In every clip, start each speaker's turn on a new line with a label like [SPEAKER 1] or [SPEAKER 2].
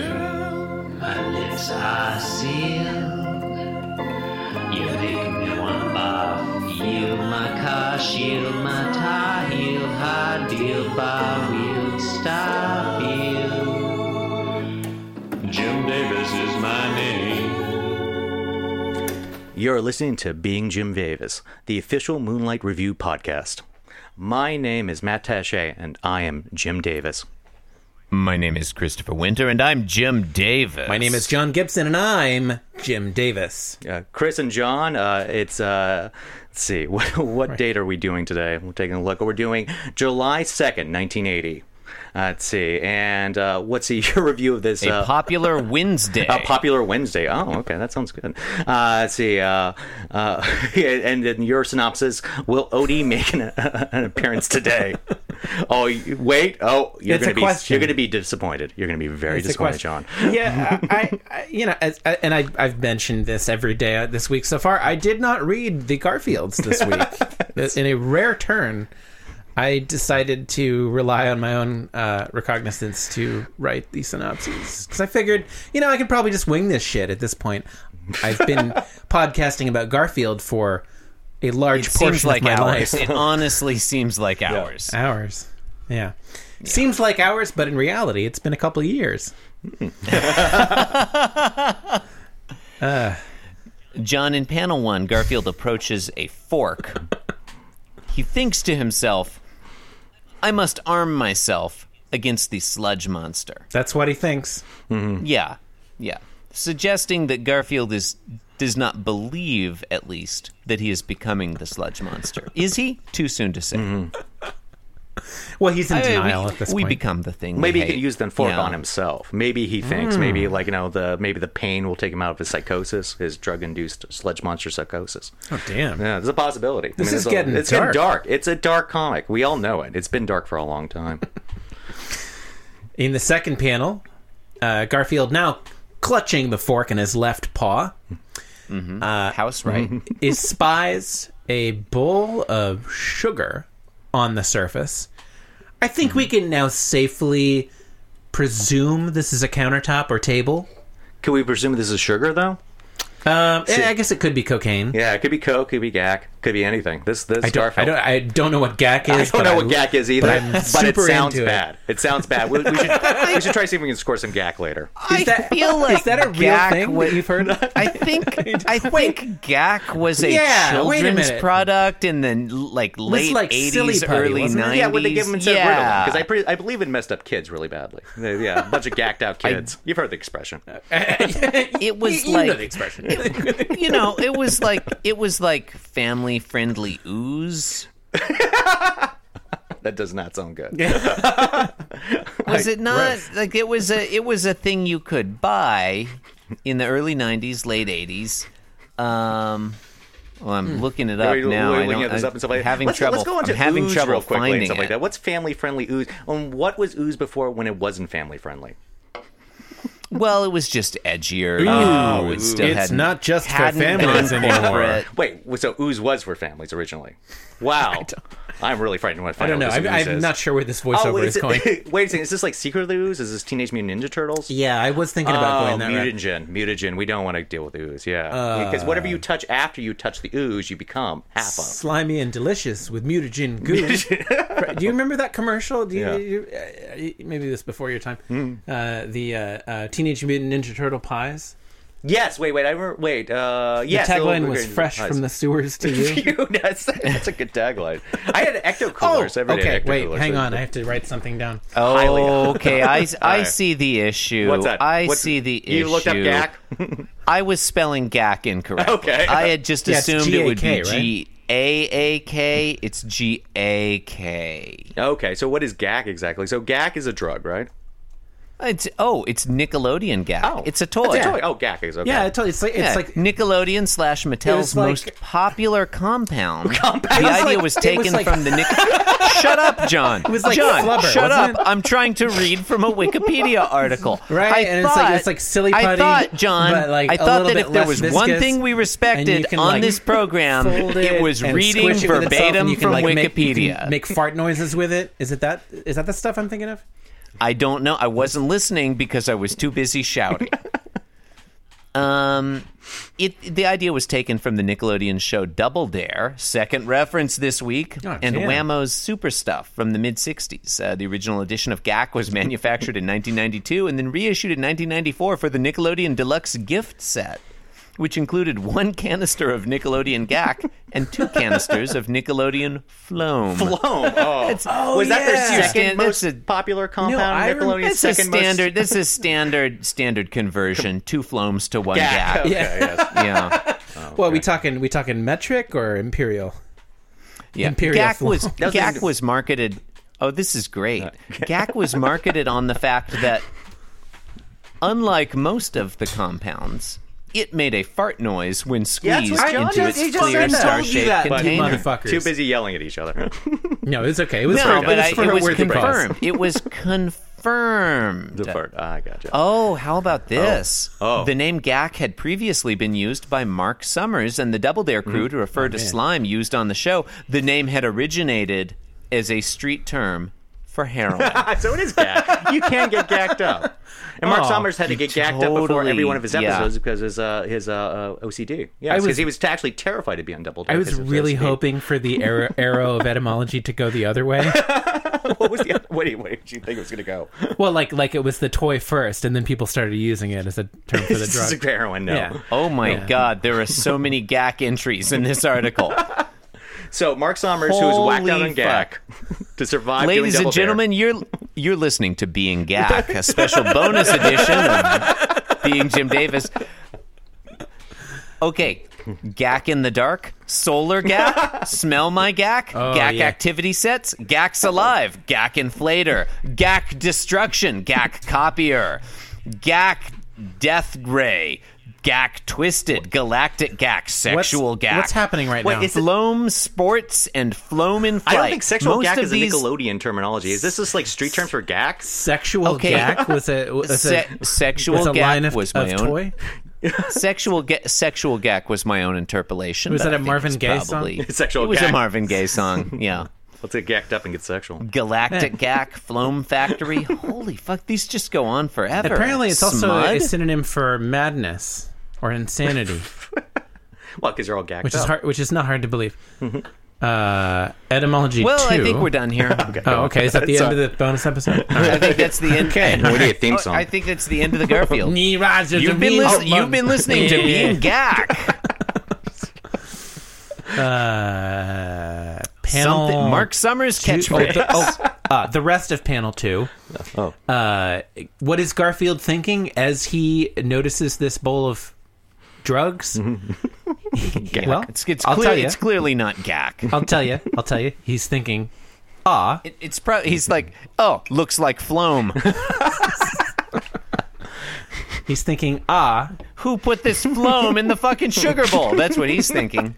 [SPEAKER 1] Girl, my lips are sealed. You make me wanna barf. Yield my car, shield my tie, heel, high deal, bar wheel, stop you. Jim Davis is my name.
[SPEAKER 2] You're listening to Being Jim Davis, the official Moonlight Review podcast. My name is Matt Taché, and I am Jim Davis.
[SPEAKER 3] My name is Christopher Winter, and I'm Jim Davis.
[SPEAKER 4] My name is John Gibson, and I'm Jim Davis.
[SPEAKER 2] Uh, Chris and John, uh, it's uh, let's see, what what date are we doing today? We're taking a look. We're doing July second, nineteen eighty. Uh, let's see, and uh, what's the year review of this?
[SPEAKER 3] a
[SPEAKER 2] uh,
[SPEAKER 3] popular Wednesday.
[SPEAKER 2] A popular Wednesday. Oh, okay, that sounds good. Uh, let's see. Uh, uh, and then your synopsis: Will Odie make an, an appearance today? oh, you- wait. Oh, you're
[SPEAKER 4] It's a
[SPEAKER 2] gonna be
[SPEAKER 4] question.
[SPEAKER 2] you're gonna be disappointed. You're gonna be very
[SPEAKER 4] It's a
[SPEAKER 2] disappointed, John.
[SPEAKER 4] question. yeah, I, I, I- you know, as, I, and I, I've mentioned this every day uh, this week so far. I did not read the Garfields this week. Uh, In a rare turn, I decided to rely on my own uh, recognizance to write the synopses because I figured, you know, I could probably just wing this shit at this point. I've been podcasting about Garfield for a large
[SPEAKER 3] It
[SPEAKER 4] portion
[SPEAKER 3] seems like
[SPEAKER 4] of my
[SPEAKER 3] ours.
[SPEAKER 4] life.
[SPEAKER 3] It honestly seems like ours.
[SPEAKER 4] Hours. Yeah. Seems like hours, but in reality, it's been a couple of years.
[SPEAKER 3] John, in panel one, Garfield approaches a fork. he thinks to himself, I must arm myself against the sludge monster.
[SPEAKER 4] That's what he thinks.
[SPEAKER 3] Yeah, yeah. Suggesting that Garfield is does not believe, at least, that he is becoming the sludge monster. Is he? Too soon to say.
[SPEAKER 4] Well, he's in
[SPEAKER 3] I mean,
[SPEAKER 4] Mm-hmm. denial
[SPEAKER 3] we,
[SPEAKER 4] at this
[SPEAKER 3] we
[SPEAKER 4] point.
[SPEAKER 3] become the thing. we
[SPEAKER 2] Maybe he
[SPEAKER 3] hate.
[SPEAKER 2] can use the fork
[SPEAKER 3] Yeah.
[SPEAKER 2] on himself. Maybe he thinks.
[SPEAKER 4] Hmm.
[SPEAKER 2] Maybe like you know the maybe the pain will take him out of his psychosis, his drug-induced sledge monster psychosis.
[SPEAKER 4] oh, damn.
[SPEAKER 2] Yeah, there's a possibility. This
[SPEAKER 4] is getting
[SPEAKER 2] it's
[SPEAKER 4] dark.
[SPEAKER 2] been dark. It's a dark comic. We all know it. It's been dark for a long time.
[SPEAKER 4] In the second panel, uh, Garfield now clutching the fork in his left paw
[SPEAKER 3] house
[SPEAKER 4] Mm-hmm.
[SPEAKER 3] right.
[SPEAKER 4] is spies a bowl of sugar on the surface. I think
[SPEAKER 3] Hmm.
[SPEAKER 4] we can now safely presume this is a countertop or table.
[SPEAKER 2] Can we presume this is sugar though?
[SPEAKER 4] Um, and I guess it could be cocaine.
[SPEAKER 2] Yeah, it could be coke, could be gack, could be anything. This this
[SPEAKER 4] I don't,
[SPEAKER 2] Garfield.
[SPEAKER 4] I don't. I don't know what gack
[SPEAKER 2] I
[SPEAKER 4] is.
[SPEAKER 2] don't
[SPEAKER 4] but
[SPEAKER 2] know what gack is either,
[SPEAKER 4] I'm
[SPEAKER 2] but, it
[SPEAKER 4] super
[SPEAKER 2] sounds
[SPEAKER 4] into it.
[SPEAKER 2] bad. It sounds bad. We, we should we should try to see if we can score some gack later.
[SPEAKER 3] I feel like
[SPEAKER 4] is that a real
[SPEAKER 3] Gak
[SPEAKER 4] thing
[SPEAKER 3] was-
[SPEAKER 4] that you've heard? of?
[SPEAKER 3] I think I think Gak was a
[SPEAKER 4] Yeah, wait a
[SPEAKER 3] children's
[SPEAKER 4] minute.
[SPEAKER 3] product in the like late
[SPEAKER 4] like Silly
[SPEAKER 3] eighties,
[SPEAKER 4] Putty,
[SPEAKER 3] early
[SPEAKER 4] wasn't
[SPEAKER 2] Oh,
[SPEAKER 3] nineties.
[SPEAKER 2] Yeah, when they give them instead
[SPEAKER 3] yeah.
[SPEAKER 2] because I pre- I believe it messed up kids really badly. They- Yeah, a bunch of gacked out kids. You've heard the expression.
[SPEAKER 3] it was
[SPEAKER 4] You know
[SPEAKER 3] like
[SPEAKER 4] the expression.
[SPEAKER 3] it- you know, it was like it was like family friendly ooze.
[SPEAKER 2] That does not sound good.
[SPEAKER 3] Was it not like it was a it was a thing you could buy in the early nineties, late eighties. Um well,
[SPEAKER 2] Hmm.
[SPEAKER 3] I'm looking it up
[SPEAKER 2] We're-
[SPEAKER 3] now.
[SPEAKER 2] we're
[SPEAKER 3] I
[SPEAKER 2] looking
[SPEAKER 3] don't-
[SPEAKER 2] at this
[SPEAKER 3] I'm
[SPEAKER 2] up and stuff like that.
[SPEAKER 3] having
[SPEAKER 2] let's,
[SPEAKER 3] trouble.
[SPEAKER 2] Let's go into
[SPEAKER 3] I'm having
[SPEAKER 2] ooze
[SPEAKER 3] trouble
[SPEAKER 2] real quickly
[SPEAKER 3] finding
[SPEAKER 2] and stuff
[SPEAKER 3] it.
[SPEAKER 2] like that. What's family friendly ooze? Um, what was ooze before when it wasn't family friendly?
[SPEAKER 3] Well, it was just edgier.
[SPEAKER 4] Ooh.
[SPEAKER 3] Ooh, it still
[SPEAKER 4] It's
[SPEAKER 3] hadn't-
[SPEAKER 4] not just for
[SPEAKER 3] hadn't
[SPEAKER 4] families
[SPEAKER 3] gone
[SPEAKER 4] anymore.
[SPEAKER 3] corporate.
[SPEAKER 2] Wait, so ooze was for families originally? Wow, I'm really frightened when I
[SPEAKER 4] I
[SPEAKER 2] find
[SPEAKER 4] don't know.
[SPEAKER 2] out what
[SPEAKER 4] I'm,
[SPEAKER 2] this ooze
[SPEAKER 4] I'm
[SPEAKER 2] is.
[SPEAKER 4] not sure where this voiceover
[SPEAKER 2] wait,
[SPEAKER 4] Oh, is going.
[SPEAKER 2] it, wait a second. Is this like Secret Ooze? Is this Teenage Mutant Ninja Turtles?
[SPEAKER 4] yeah, I was thinking about
[SPEAKER 2] Oh,
[SPEAKER 4] going that route. Uh,
[SPEAKER 2] mutagen, mutagen. We don't want to deal with ooze, yeah. because whatever you touch after you touch the ooze, you become half of.
[SPEAKER 4] Slimy and delicious with mutagen goo. Do you remember that commercial? Do you,
[SPEAKER 2] Yeah.
[SPEAKER 4] you- uh, uh, maybe this before your time. Uh, the uh, uh, Teenage Mutant Ninja Turtle pies.
[SPEAKER 2] Yes, wait, wait, I remember. Wait, uh,
[SPEAKER 4] The
[SPEAKER 2] yes.
[SPEAKER 4] tagline
[SPEAKER 2] little-
[SPEAKER 4] was "Fresh from the sewers to you."
[SPEAKER 2] Phew, that's, that's a good tagline. I had ecto
[SPEAKER 4] oh,
[SPEAKER 2] coolers every day.
[SPEAKER 4] okay.
[SPEAKER 2] Ecto
[SPEAKER 4] Wait,
[SPEAKER 2] coolers.
[SPEAKER 4] hang on. I have to write something down.
[SPEAKER 2] Highly-
[SPEAKER 3] Oh, okay. I, I
[SPEAKER 2] right.
[SPEAKER 3] see the issue.
[SPEAKER 2] What's that?
[SPEAKER 3] I
[SPEAKER 2] What's-
[SPEAKER 3] see the issue.
[SPEAKER 2] You looked up GAC?
[SPEAKER 3] I was spelling GAC incorrectly.
[SPEAKER 2] Okay.
[SPEAKER 3] I had just
[SPEAKER 4] Yeah, it's
[SPEAKER 3] assumed it would
[SPEAKER 4] G A
[SPEAKER 3] be
[SPEAKER 4] K, right?
[SPEAKER 3] G A A K. It's G A K.
[SPEAKER 2] okay, so what is GAC exactly? So GAC is a drug, right?
[SPEAKER 3] It's oh, it's Nickelodeon GAC. it's a toy.
[SPEAKER 2] It's a toy. Oh, GAC is okay.
[SPEAKER 4] Yeah, I told you, it's like
[SPEAKER 3] Yeah,
[SPEAKER 4] it's like
[SPEAKER 3] Nickelodeon slash Mattel's
[SPEAKER 4] like-
[SPEAKER 3] most popular compound.
[SPEAKER 2] Compound.
[SPEAKER 3] The
[SPEAKER 4] It was
[SPEAKER 3] idea
[SPEAKER 4] like-
[SPEAKER 3] was
[SPEAKER 4] it was
[SPEAKER 3] taken
[SPEAKER 4] like-
[SPEAKER 3] from the Nick. shut up, John. It
[SPEAKER 4] was like
[SPEAKER 3] John.
[SPEAKER 4] Flubber,
[SPEAKER 3] shut up.
[SPEAKER 4] wasn't it?
[SPEAKER 3] I'm trying to read from a Wikipedia article.
[SPEAKER 4] Right,
[SPEAKER 3] I
[SPEAKER 4] and it's like- it's
[SPEAKER 3] thought-
[SPEAKER 4] like silly
[SPEAKER 3] I
[SPEAKER 4] putty,
[SPEAKER 3] thought, John.
[SPEAKER 4] but, like,
[SPEAKER 3] I
[SPEAKER 4] a
[SPEAKER 3] thought
[SPEAKER 4] little
[SPEAKER 3] that
[SPEAKER 4] bit
[SPEAKER 3] if there was
[SPEAKER 4] less
[SPEAKER 3] one
[SPEAKER 4] viscous,
[SPEAKER 3] thing we
[SPEAKER 4] and
[SPEAKER 3] respected
[SPEAKER 4] you can,
[SPEAKER 3] on
[SPEAKER 4] like,
[SPEAKER 3] this program,
[SPEAKER 4] fold it
[SPEAKER 3] was
[SPEAKER 4] and
[SPEAKER 3] reading
[SPEAKER 4] squish it with itself, and
[SPEAKER 3] verbatim
[SPEAKER 4] you can,
[SPEAKER 3] from
[SPEAKER 4] like, make- you can
[SPEAKER 3] Wikipedia.
[SPEAKER 4] Make, fart noises with it. Is it that? Is that the stuff I'm thinking of?
[SPEAKER 3] I don't know. I wasn't listening because I was too busy shouting. Um, it the idea was taken from the Nickelodeon show Double Dare, second reference this week,
[SPEAKER 4] Oh,
[SPEAKER 3] and
[SPEAKER 4] damn.
[SPEAKER 3] Whammo's Super Stuff from the mid '60s. Uh, the original edition of Gak was manufactured in 1992 and then reissued in 1994 for the Nickelodeon Deluxe gift set, which included one canister of Nickelodeon Gak and two canisters of Nickelodeon Floam.
[SPEAKER 2] Blown. Oh, was that
[SPEAKER 4] yeah.
[SPEAKER 2] their
[SPEAKER 3] Second-
[SPEAKER 2] second most
[SPEAKER 3] that's a-
[SPEAKER 2] popular compound?
[SPEAKER 4] I rem-
[SPEAKER 2] Nickelodeon's
[SPEAKER 3] This is
[SPEAKER 2] second most-
[SPEAKER 3] standard. This is standard. Standard conversion. Two floams to one
[SPEAKER 2] Yeah.
[SPEAKER 3] gak.
[SPEAKER 2] Okay,
[SPEAKER 4] Yeah.
[SPEAKER 2] yes.
[SPEAKER 3] Yeah.
[SPEAKER 2] Oh,
[SPEAKER 4] Well, we talking we talking metric or imperial?
[SPEAKER 3] Yeah.
[SPEAKER 4] Imperial
[SPEAKER 3] Gak
[SPEAKER 4] Flow.
[SPEAKER 3] was
[SPEAKER 2] was-
[SPEAKER 3] Gak was marketed. Oh, this is great. Gak was marketed on the fact that, unlike most of the compounds, it made a fart noise when
[SPEAKER 2] Yeah, that's
[SPEAKER 3] squeezed
[SPEAKER 2] what John
[SPEAKER 3] into
[SPEAKER 2] just- he
[SPEAKER 3] its
[SPEAKER 2] just
[SPEAKER 3] clear
[SPEAKER 2] said that.
[SPEAKER 4] Told you that,
[SPEAKER 3] star-shaped
[SPEAKER 4] buddy,
[SPEAKER 3] container.
[SPEAKER 4] motherfuckers.
[SPEAKER 2] Too busy yelling at each other.
[SPEAKER 4] No, it's okay. It was
[SPEAKER 3] No,
[SPEAKER 4] for,
[SPEAKER 3] but
[SPEAKER 4] it was,
[SPEAKER 3] I,
[SPEAKER 4] for
[SPEAKER 3] it
[SPEAKER 4] a
[SPEAKER 3] was
[SPEAKER 4] word to cross.
[SPEAKER 3] confirmed. It was confirmed.
[SPEAKER 2] the fart. Ah, gotcha.
[SPEAKER 3] Oh, how about this?
[SPEAKER 2] Oh.
[SPEAKER 3] The name Gak had previously been used by Mark Summers and the Double Dare crew to refer to slime used on the show. The name had originated as a street term for heroin.
[SPEAKER 2] Ah, So it is gag. You can get gacked up. And Mark
[SPEAKER 4] Oh,
[SPEAKER 2] Summers had to get gacked up before
[SPEAKER 3] totally-
[SPEAKER 2] every one of his
[SPEAKER 3] yeah.
[SPEAKER 2] episodes because his uh, his uh, uh, OCD. Yeah,
[SPEAKER 4] I
[SPEAKER 2] because
[SPEAKER 4] was-
[SPEAKER 2] he was actually terrified to be on Double Dare.
[SPEAKER 4] I was
[SPEAKER 2] because of his
[SPEAKER 4] really
[SPEAKER 2] OCD.
[SPEAKER 4] hoping for the arrow, arrow of etymology to go the other way.
[SPEAKER 2] What was the other, what, do you- what did you think it was going to go?
[SPEAKER 4] Well, like like it was the toy first, and then people started using it as a term for the
[SPEAKER 2] This is
[SPEAKER 4] drug.
[SPEAKER 2] heroin. No.
[SPEAKER 4] Yeah.
[SPEAKER 3] Oh my God, there are so many GAC entries in this article.
[SPEAKER 2] So Mark Sommers, who was whacked out
[SPEAKER 3] Holy
[SPEAKER 2] on gag to survive. doing
[SPEAKER 3] Ladies
[SPEAKER 2] Double
[SPEAKER 3] and
[SPEAKER 2] Dare.
[SPEAKER 3] gentlemen, you're you're listening to Being GAC, a special bonus edition of Being Jim Davis. Okay, GAC in the dark, solar GAC, smell my GAC,
[SPEAKER 2] Oh,
[SPEAKER 3] GAC
[SPEAKER 4] yeah.
[SPEAKER 3] activity sets, GAC's alive, GAC inflator, GAC destruction, GAC copier, GAC death ray, GAC twisted, galactic GAC,
[SPEAKER 4] What's,
[SPEAKER 3] sexual GAC.
[SPEAKER 4] what's happening right
[SPEAKER 2] Wait,
[SPEAKER 4] now?
[SPEAKER 2] is it-
[SPEAKER 3] Floam sports and Floam in
[SPEAKER 2] I
[SPEAKER 3] flight.
[SPEAKER 2] don't think sexual
[SPEAKER 3] Most
[SPEAKER 2] gack
[SPEAKER 3] of
[SPEAKER 2] is
[SPEAKER 3] these
[SPEAKER 2] a Nickelodeon terminology. Is this just like street terms for gack?
[SPEAKER 4] Sexual
[SPEAKER 3] Okay.
[SPEAKER 4] gack was a was a,
[SPEAKER 3] Se- sexual
[SPEAKER 4] was a
[SPEAKER 3] gack
[SPEAKER 4] line of,
[SPEAKER 3] was my
[SPEAKER 4] of
[SPEAKER 3] own.
[SPEAKER 4] toy.
[SPEAKER 3] Sexual ga- sexual gack was my own interpolation.
[SPEAKER 4] Was
[SPEAKER 3] but
[SPEAKER 4] that
[SPEAKER 3] I
[SPEAKER 4] a
[SPEAKER 3] think
[SPEAKER 4] Marvin
[SPEAKER 3] it's
[SPEAKER 4] Gaye song?
[SPEAKER 3] probably,
[SPEAKER 2] Sexual
[SPEAKER 3] It was a
[SPEAKER 2] gack.
[SPEAKER 3] Marvin Gaye song. Yeah.
[SPEAKER 2] Let's get gacked up and get sexual.
[SPEAKER 3] Galactic gack, Floam Factory. Holy fuck, these just go on forever.
[SPEAKER 4] Apparently, it's also a,
[SPEAKER 3] Smud?
[SPEAKER 4] a synonym for madness or insanity,
[SPEAKER 2] Well, because you're all gacked
[SPEAKER 4] which
[SPEAKER 2] up.
[SPEAKER 3] Oh.
[SPEAKER 4] is hard, which is not hard to believe. Uh, etymology.
[SPEAKER 3] Mm-hmm. well, I
[SPEAKER 4] two-
[SPEAKER 3] think we're done here.
[SPEAKER 4] Oh, okay. Is that the end
[SPEAKER 2] Sorry.
[SPEAKER 4] of the bonus episode? All
[SPEAKER 3] I
[SPEAKER 4] right.
[SPEAKER 3] think that's the end.
[SPEAKER 4] Okay.
[SPEAKER 2] What do you
[SPEAKER 3] Oh,
[SPEAKER 2] think,
[SPEAKER 3] I think that's the end of the Garfield. You've been,
[SPEAKER 4] Oh,
[SPEAKER 3] listen- you've
[SPEAKER 4] um,
[SPEAKER 3] been listening to Being Gack.
[SPEAKER 4] uh, panel.
[SPEAKER 3] Something, Mark Summers
[SPEAKER 4] two- oh,
[SPEAKER 3] catchphrase.
[SPEAKER 4] the, oh, uh, the rest of panel two.
[SPEAKER 2] Oh.
[SPEAKER 4] Uh, what is Garfield thinking as he notices this bowl of drugs? well,
[SPEAKER 3] it's, it's,
[SPEAKER 4] I'll
[SPEAKER 3] clear,
[SPEAKER 4] tell you.
[SPEAKER 3] it's clearly not gack.
[SPEAKER 4] I'll tell you. I'll tell you. He's thinking, ah,
[SPEAKER 3] It, it's pro- he's like, oh, looks like Floam.
[SPEAKER 4] he's thinking, ah,
[SPEAKER 3] Who put this Floam in the fucking sugar bowl? That's what he's thinking.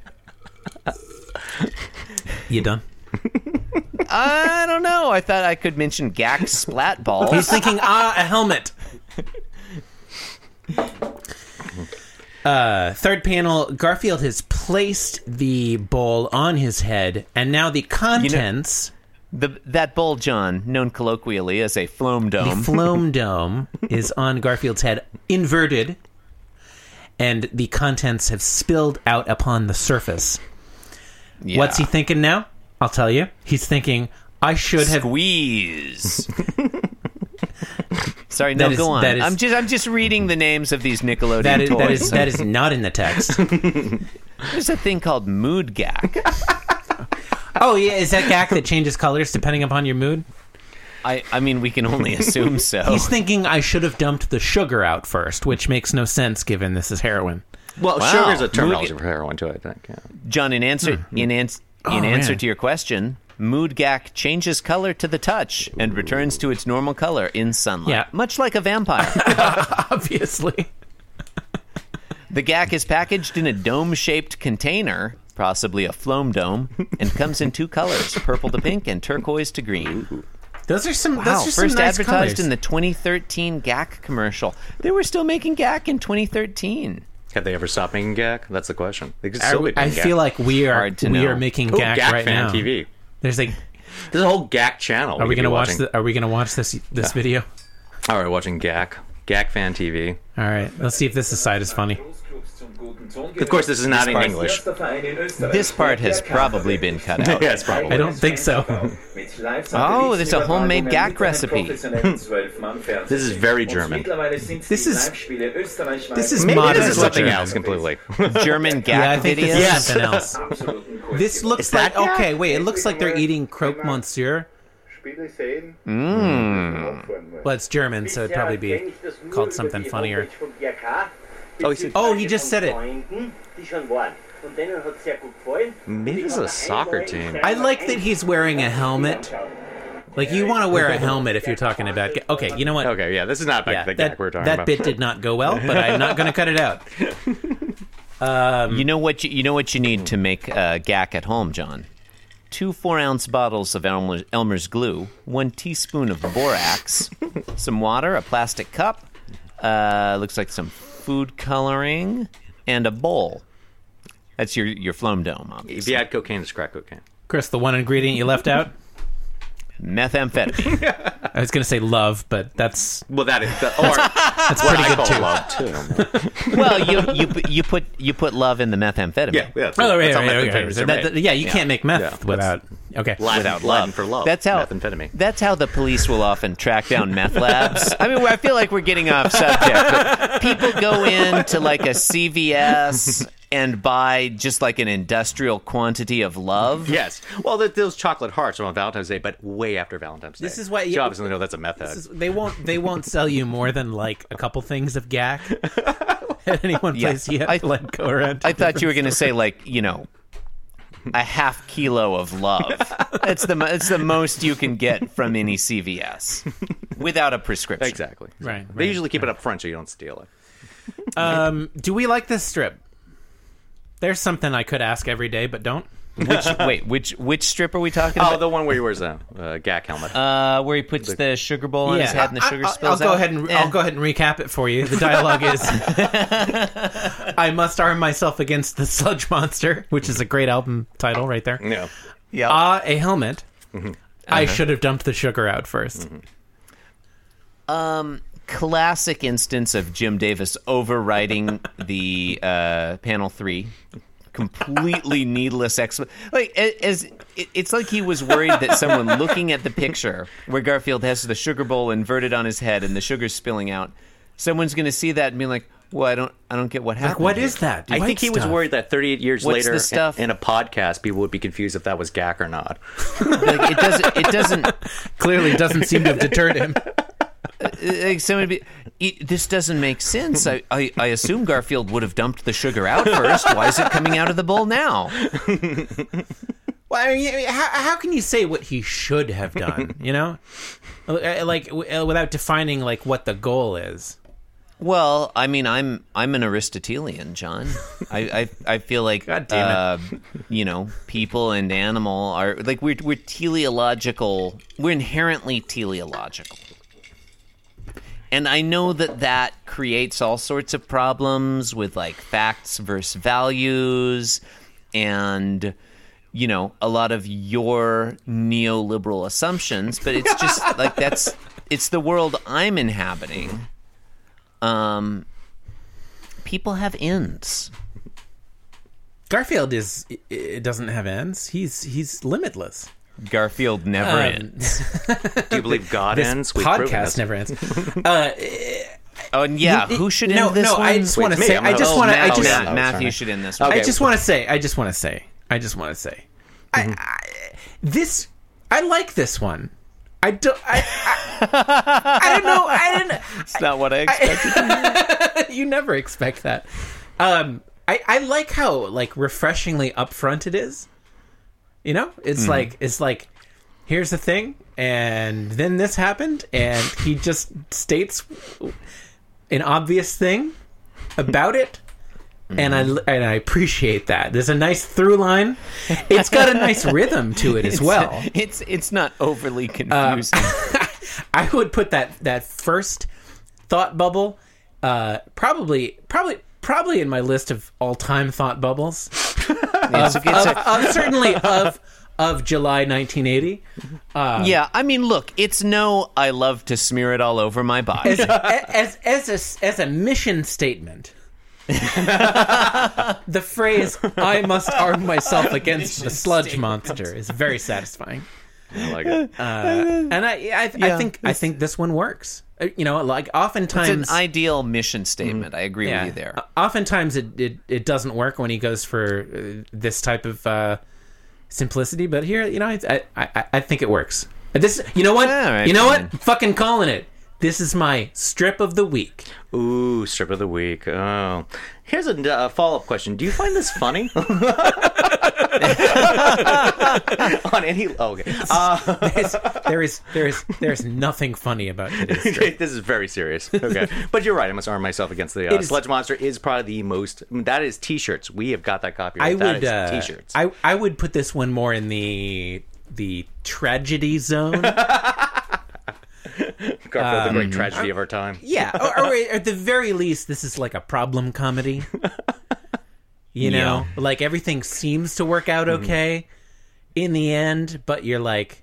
[SPEAKER 4] you done?
[SPEAKER 3] I don't know. I thought I could mention Gax splat balls.
[SPEAKER 4] He's thinking, ah, a helmet. Uh, third panel Garfield has placed the bowl on his head, and now the contents,
[SPEAKER 3] The, that bowl, John, known colloquially as a Floam dome.
[SPEAKER 4] the Floam Dome, is on Garfield's head, inverted, and the contents have spilled out upon the surface.
[SPEAKER 3] Yeah.
[SPEAKER 4] What's he thinking now? I'll tell you. He's thinking, I should have
[SPEAKER 3] Squeeze. Sorry, no,
[SPEAKER 4] That is-
[SPEAKER 3] go on.
[SPEAKER 4] that is-
[SPEAKER 3] I'm just I'm just reading the names of these Nickelodeon
[SPEAKER 4] That is,
[SPEAKER 3] toys.
[SPEAKER 4] that is that is not in the text.
[SPEAKER 3] There's a thing called mood gack.
[SPEAKER 4] oh yeah, is that gack that changes colors depending upon your mood?
[SPEAKER 3] I I mean we can only assume so.
[SPEAKER 4] He's thinking I should have dumped the sugar out first, which makes no sense given this is heroin.
[SPEAKER 2] Well,
[SPEAKER 3] Wow.
[SPEAKER 2] sugar's a
[SPEAKER 3] Movie-
[SPEAKER 2] terminology for heroin too. I think. Yeah.
[SPEAKER 3] John, in answer in, ans- in
[SPEAKER 4] Hmm. Oh,
[SPEAKER 3] answer
[SPEAKER 4] man.
[SPEAKER 3] to your question, mood gack changes color to the touch and returns to its normal color in sunlight.
[SPEAKER 4] Yeah.
[SPEAKER 3] Much like a vampire.
[SPEAKER 4] Obviously.
[SPEAKER 3] the gack is packaged in a dome-shaped container, possibly a floam dome, and comes in two colors, purple to pink and turquoise to green.
[SPEAKER 4] Those are some
[SPEAKER 3] Wow,
[SPEAKER 4] those are some
[SPEAKER 3] first
[SPEAKER 4] nice
[SPEAKER 3] advertised
[SPEAKER 4] colors.
[SPEAKER 3] in the 2013 gack commercial. They were still making gack in 2013.
[SPEAKER 2] Have they ever stopped making gack? That's the question. They could
[SPEAKER 4] I,
[SPEAKER 2] still be
[SPEAKER 4] I
[SPEAKER 2] making gack.
[SPEAKER 4] feel like we are
[SPEAKER 3] Hard to
[SPEAKER 4] we
[SPEAKER 3] know.
[SPEAKER 4] are making
[SPEAKER 2] Ooh,
[SPEAKER 4] gack,
[SPEAKER 2] gack
[SPEAKER 4] right
[SPEAKER 2] fan
[SPEAKER 4] now.
[SPEAKER 2] TV.
[SPEAKER 4] There's like
[SPEAKER 2] There's a whole GAC channel.
[SPEAKER 4] Are we
[SPEAKER 2] could be
[SPEAKER 4] gonna watch?
[SPEAKER 2] watching.
[SPEAKER 4] The, are we gonna watch this this video?
[SPEAKER 2] All right, watching GAC. GAC fan TV.
[SPEAKER 4] All right, let's see if this aside is funny.
[SPEAKER 2] Of course, this is not in
[SPEAKER 3] part-
[SPEAKER 2] English.
[SPEAKER 3] This part has probably been cut out.
[SPEAKER 2] yes, probably.
[SPEAKER 4] I don't think so.
[SPEAKER 3] Oh, there's a homemade gag recipe.
[SPEAKER 2] This is very German.
[SPEAKER 4] This is-
[SPEAKER 5] This
[SPEAKER 4] this is
[SPEAKER 2] Maybe
[SPEAKER 4] modern
[SPEAKER 2] this is something
[SPEAKER 4] German.
[SPEAKER 2] else completely.
[SPEAKER 3] German gag
[SPEAKER 4] Yeah, I think this
[SPEAKER 3] videos.
[SPEAKER 4] is
[SPEAKER 2] Yes.
[SPEAKER 4] something else. This looks like
[SPEAKER 2] that-
[SPEAKER 4] okay. Wait, it looks like they're eating croque monsieur.
[SPEAKER 2] Hmm.
[SPEAKER 4] Well, it's German, so it'd probably be called something funnier.
[SPEAKER 2] Oh, he said-
[SPEAKER 4] Oh, he just said it.
[SPEAKER 2] Maybe this is a soccer team.
[SPEAKER 4] I like that he's wearing a helmet. Like you want to wear a helmet if you're talking about. ga- Okay, you know what?
[SPEAKER 2] Okay, yeah, this is not back
[SPEAKER 4] Yeah,
[SPEAKER 2] the GAC
[SPEAKER 4] that,
[SPEAKER 2] we we're talking
[SPEAKER 4] that
[SPEAKER 2] about.
[SPEAKER 4] bit did not go well, but I'm not going to cut it out.
[SPEAKER 3] You know what? You, you know what you need to make uh, gack at home, John. Two four-ounce bottles of Elmer, Elmer's glue, one teaspoon of borax, some water, a plastic cup. Uh, looks like some food coloring and a bowl. That's your your phloem dome, obviously.
[SPEAKER 2] If you had cocaine, it's crack cocaine.
[SPEAKER 4] Chris, the one ingredient you left out.
[SPEAKER 3] Methamphetamine.
[SPEAKER 4] I was going to say love, but that's
[SPEAKER 2] Well, that is. That, or, That's what
[SPEAKER 4] pretty
[SPEAKER 2] I
[SPEAKER 4] good,
[SPEAKER 2] call love, too.
[SPEAKER 4] too.
[SPEAKER 3] well, you you pu- you put you put love in the methamphetamine.
[SPEAKER 2] Yeah, yeah.
[SPEAKER 4] Oh, right,
[SPEAKER 2] that's how
[SPEAKER 4] right, right,
[SPEAKER 2] methamphetamines
[SPEAKER 4] right.
[SPEAKER 2] are
[SPEAKER 4] So
[SPEAKER 2] made.
[SPEAKER 4] that- that- yeah, you can't make meth
[SPEAKER 2] Yeah, that's-
[SPEAKER 4] without. Okay.
[SPEAKER 2] Latin-
[SPEAKER 3] without
[SPEAKER 2] Latin
[SPEAKER 3] love
[SPEAKER 2] for love.
[SPEAKER 3] That's how
[SPEAKER 2] methamphetamine.
[SPEAKER 3] That's how the police will often track down meth labs. I mean, I feel like we're getting off subject. But people go into like a CVS and buy just like an industrial quantity of love.
[SPEAKER 2] Yes. Well, th- those chocolate hearts are on Valentine's Day, but way after Valentine's Day.
[SPEAKER 4] This is why-
[SPEAKER 2] you obviously know that's a meth head.
[SPEAKER 4] This is- they won't. They won't sell you more than like a couple things of gack at any one
[SPEAKER 3] Yeah.
[SPEAKER 4] place. You have
[SPEAKER 3] I-
[SPEAKER 4] to like go around.
[SPEAKER 3] I thought you were going to say like you know. A half kilo of love. That's the mo- it's the most you can get from any CVS without a prescription.
[SPEAKER 2] exactly.
[SPEAKER 4] Right,
[SPEAKER 2] They
[SPEAKER 4] right,
[SPEAKER 2] usually keep it up front so you don't steal it.
[SPEAKER 4] um, do we like this strip? There's something I could ask every day, but don't.
[SPEAKER 3] Which wait, which which strip are we talking
[SPEAKER 2] Oh,
[SPEAKER 3] about?
[SPEAKER 2] the one where he wears a uh, GAC helmet.
[SPEAKER 3] Uh, where he puts the, sugar bowl on his head and the sugar
[SPEAKER 4] I, will
[SPEAKER 3] spills
[SPEAKER 4] go
[SPEAKER 3] out.
[SPEAKER 4] ahead and
[SPEAKER 3] Eh.
[SPEAKER 4] I'll go ahead and recap it for you. The dialogue is: I must arm myself against the sludge monster, which is a great album title right there.
[SPEAKER 2] yeah.
[SPEAKER 3] Yeah. Mm-hmm.
[SPEAKER 4] Ah,
[SPEAKER 3] Uh-huh.
[SPEAKER 4] a helmet. I should have dumped the sugar out 1st
[SPEAKER 3] Classic instance of Jim Davis overriding the uh, panel three. Completely needless ex. Like a- as it- it's like he was worried that someone looking at the picture where Garfield has the sugar bowl inverted on his head and the sugar's spilling out, someone's going to see that and be like, "Well, I don't, I don't get what happened."
[SPEAKER 4] what
[SPEAKER 3] here."
[SPEAKER 4] is that?
[SPEAKER 2] I
[SPEAKER 4] White
[SPEAKER 2] think he was
[SPEAKER 4] stuff.
[SPEAKER 2] worried that 38 years
[SPEAKER 3] What's
[SPEAKER 2] later
[SPEAKER 3] the stuff?
[SPEAKER 2] In, in a podcast, people would be confused if that was GAC or not.
[SPEAKER 3] Like, it doesn't. It doesn't.
[SPEAKER 4] Clearly, doesn't seem to have deterred him.
[SPEAKER 3] like somebody be, it, this doesn't make sense. I, I, I assume Garfield would have dumped the sugar out first. Why is it coming out of the bowl now?
[SPEAKER 4] Well, I mean, how, how can you say what he should have done? You know, Uh, like w- uh, without defining like what the goal is.
[SPEAKER 3] Well, I mean, I'm I'm an Aristotelian, John. I I, I feel like
[SPEAKER 4] God damn it.
[SPEAKER 3] uh, you know, people and animal are like we're we're teleological. We're inherently teleological. And I know that that creates all sorts of problems with like facts versus values and you know, a lot of your neoliberal assumptions, but it's just like that's it's the world I'm inhabiting. Um people have ends.
[SPEAKER 4] Garfield is i- i- doesn't have ends. He's he's limitless.
[SPEAKER 3] Garfield never
[SPEAKER 4] Um,
[SPEAKER 2] Do you believe God ends? We've proven
[SPEAKER 4] Podcast
[SPEAKER 2] this.
[SPEAKER 4] never ends.
[SPEAKER 3] Oh, and yeah, who should
[SPEAKER 4] no,
[SPEAKER 3] end this
[SPEAKER 4] no,
[SPEAKER 3] one?
[SPEAKER 4] I just want to
[SPEAKER 2] it's me.
[SPEAKER 4] say.
[SPEAKER 2] I'm
[SPEAKER 4] I
[SPEAKER 2] gonna-
[SPEAKER 4] just
[SPEAKER 3] oh,
[SPEAKER 4] want to.
[SPEAKER 3] Matt,
[SPEAKER 4] I just.
[SPEAKER 3] Matt-
[SPEAKER 2] sorry.
[SPEAKER 3] Matthew should end this one.
[SPEAKER 4] I
[SPEAKER 2] Okay.
[SPEAKER 4] just want to say. I just want to say. I just want to say. I, I, this. I like this one. I don't. I. I, I don't know. I didn't.
[SPEAKER 3] That's not what I expected.
[SPEAKER 4] you never expect that. Um, I, I like how like refreshingly upfront it is. You know, it's like it's like here's the thing, and then this happened, and he just states an obvious thing about it. And I and I appreciate that. There's a nice through line. It's got a nice rhythm to it as well.
[SPEAKER 3] it's it's not overly confusing.
[SPEAKER 4] I would put that that first thought bubble uh, probably probably probably in my list of all time thought bubbles.
[SPEAKER 3] It's- it's a-
[SPEAKER 4] of, certainly of of July 1980.
[SPEAKER 3] yeah, I mean, look, it's no. I love to smear it all over my body.
[SPEAKER 4] As, as, as, a, s- as a mission statement, the phrase, I must arm myself against the sludge monster, is very satisfying.
[SPEAKER 2] I like it.
[SPEAKER 4] And I, I, I think I think this one works. Uh, You know, like
[SPEAKER 3] It's an
[SPEAKER 4] oftentimes,
[SPEAKER 3] ideal mission statement. I agree with you there.
[SPEAKER 4] Uh, Oftentimes, it, it it doesn't work when he goes for uh, this type of uh, simplicity. But here, you know, I I, I, I think it works. Uh, This, you know what,
[SPEAKER 3] Yeah, all right,
[SPEAKER 4] you know
[SPEAKER 3] fine.
[SPEAKER 4] what, fucking calling it. This is my strip of the week.
[SPEAKER 2] Ooh, strip of the week. Oh, here's a uh, follow-up question. Do you find this funny? On any? Oh, okay. Uh,
[SPEAKER 4] There's, there is there is there is nothing funny about it.
[SPEAKER 2] okay, this is very serious. Okay, but you're right. I must arm myself against the uh,
[SPEAKER 4] is-
[SPEAKER 2] Sledge Monster. Is probably the most. That is t-shirts. We have got that copyright.
[SPEAKER 4] I
[SPEAKER 2] That
[SPEAKER 4] would
[SPEAKER 2] is
[SPEAKER 4] uh,
[SPEAKER 2] t-shirts.
[SPEAKER 4] I I would put this one more in the the tragedy zone.
[SPEAKER 2] Garfield, the
[SPEAKER 3] um,
[SPEAKER 2] great tragedy of our time.
[SPEAKER 4] Yeah, or, or at the very least, this is like a problem comedy. You know, like everything seems to work out okay in the end, but you're like,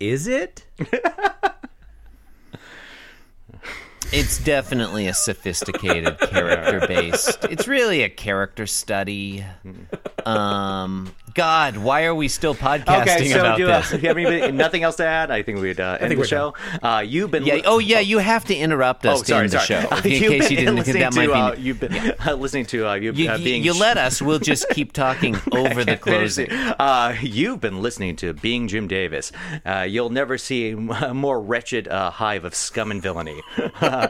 [SPEAKER 4] is it?
[SPEAKER 3] It's definitely a sophisticated character based. It's really a character study. Um, God, why are we still podcasting
[SPEAKER 2] Okay, so
[SPEAKER 3] about
[SPEAKER 2] do, uh,
[SPEAKER 3] this?
[SPEAKER 2] do you have anybody, nothing else to add? I think we'd uh, end
[SPEAKER 4] think
[SPEAKER 2] the
[SPEAKER 4] we're
[SPEAKER 2] show. Uh, you've been
[SPEAKER 3] yeah.
[SPEAKER 2] li-
[SPEAKER 3] Oh, yeah. You have to interrupt us
[SPEAKER 2] Oh,
[SPEAKER 3] to
[SPEAKER 2] sorry,
[SPEAKER 3] end the
[SPEAKER 2] sorry.
[SPEAKER 3] show.
[SPEAKER 2] Uh,
[SPEAKER 3] In
[SPEAKER 2] you've
[SPEAKER 3] case you
[SPEAKER 2] been
[SPEAKER 3] didn't,
[SPEAKER 2] listening
[SPEAKER 3] that
[SPEAKER 2] to,
[SPEAKER 3] might be.
[SPEAKER 2] uh, you've been uh, listening to uh, you,
[SPEAKER 3] you,
[SPEAKER 2] uh,
[SPEAKER 3] you-
[SPEAKER 2] being
[SPEAKER 3] you
[SPEAKER 2] sh-
[SPEAKER 3] let us. We'll just keep talking over the
[SPEAKER 2] Finish
[SPEAKER 3] closing.
[SPEAKER 2] it. Uh, you've been listening to Being Jim Davis. Uh, you'll never see a m- more wretched uh, hive of scum and villainy. uh,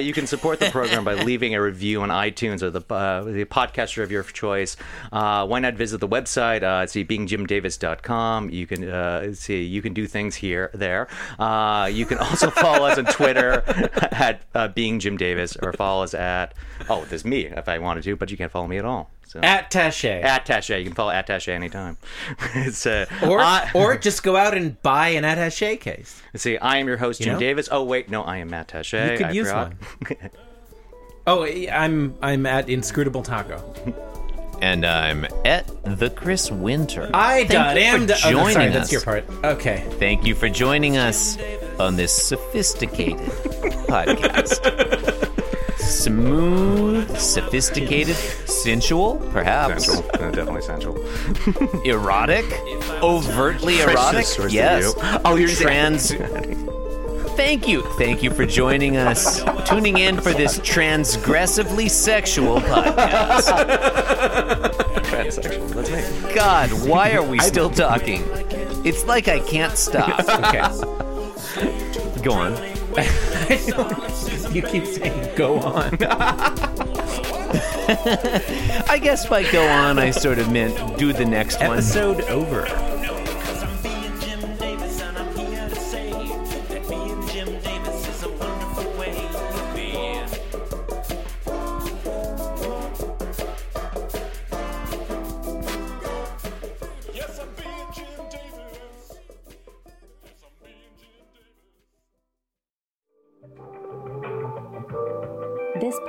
[SPEAKER 2] you can support the program by leaving a review on iTunes or the, uh, the podcaster of your choice. Uh, why not visit the website? Uh, see beingjimdavis.com. You can uh, see you can do things here there. Uh, you can also follow us on Twitter at uh, Being Jim Davis or follow us at oh, there's me if I wanted to, but you can't follow me at all. So
[SPEAKER 4] At Tache.
[SPEAKER 2] attache. You can follow attache anytime. it's uh,
[SPEAKER 4] or,
[SPEAKER 2] I,
[SPEAKER 4] or just go out and buy an attache case.
[SPEAKER 2] let's see. I am your host, Jim
[SPEAKER 4] know?
[SPEAKER 2] Davis. Oh wait, no, I am Matt Tache.
[SPEAKER 4] You could
[SPEAKER 2] I
[SPEAKER 4] use
[SPEAKER 2] forgot.
[SPEAKER 4] Oh, I'm I'm at Inscrutable Taco.
[SPEAKER 3] And I'm at the Chris Winter.
[SPEAKER 4] I dot
[SPEAKER 3] Thank
[SPEAKER 4] am.
[SPEAKER 3] you
[SPEAKER 4] dot-
[SPEAKER 3] for
[SPEAKER 4] oh, no,
[SPEAKER 3] joining
[SPEAKER 4] sorry,
[SPEAKER 3] us.
[SPEAKER 4] that's your part. Okay.
[SPEAKER 3] Thank you for joining us on this sophisticated podcast. Smooth, sophisticated, sensual, perhaps
[SPEAKER 2] Central. Uh, definitely central.
[SPEAKER 3] erotic, overtly erotic.
[SPEAKER 2] Precious source
[SPEAKER 3] Yes.
[SPEAKER 2] of you. Oh, you're
[SPEAKER 3] trans. Thank you. Thank you for joining us, tuning in for this transgressively sexual podcast.
[SPEAKER 2] transsexual. That's me.
[SPEAKER 3] God, why are we still talking? It's like I can't stop.
[SPEAKER 4] Okay.
[SPEAKER 3] Go on.
[SPEAKER 4] you keep saying go on.
[SPEAKER 3] I guess by go on, I sort of meant do the next one.
[SPEAKER 4] Episode over.
[SPEAKER 5] Being Jim Davis, and I'm here to say that being Jim Davis is a wonderful way to be. Yes, I'm being Jim Davis. Yes, I'm being Jim Davis.
[SPEAKER 6] This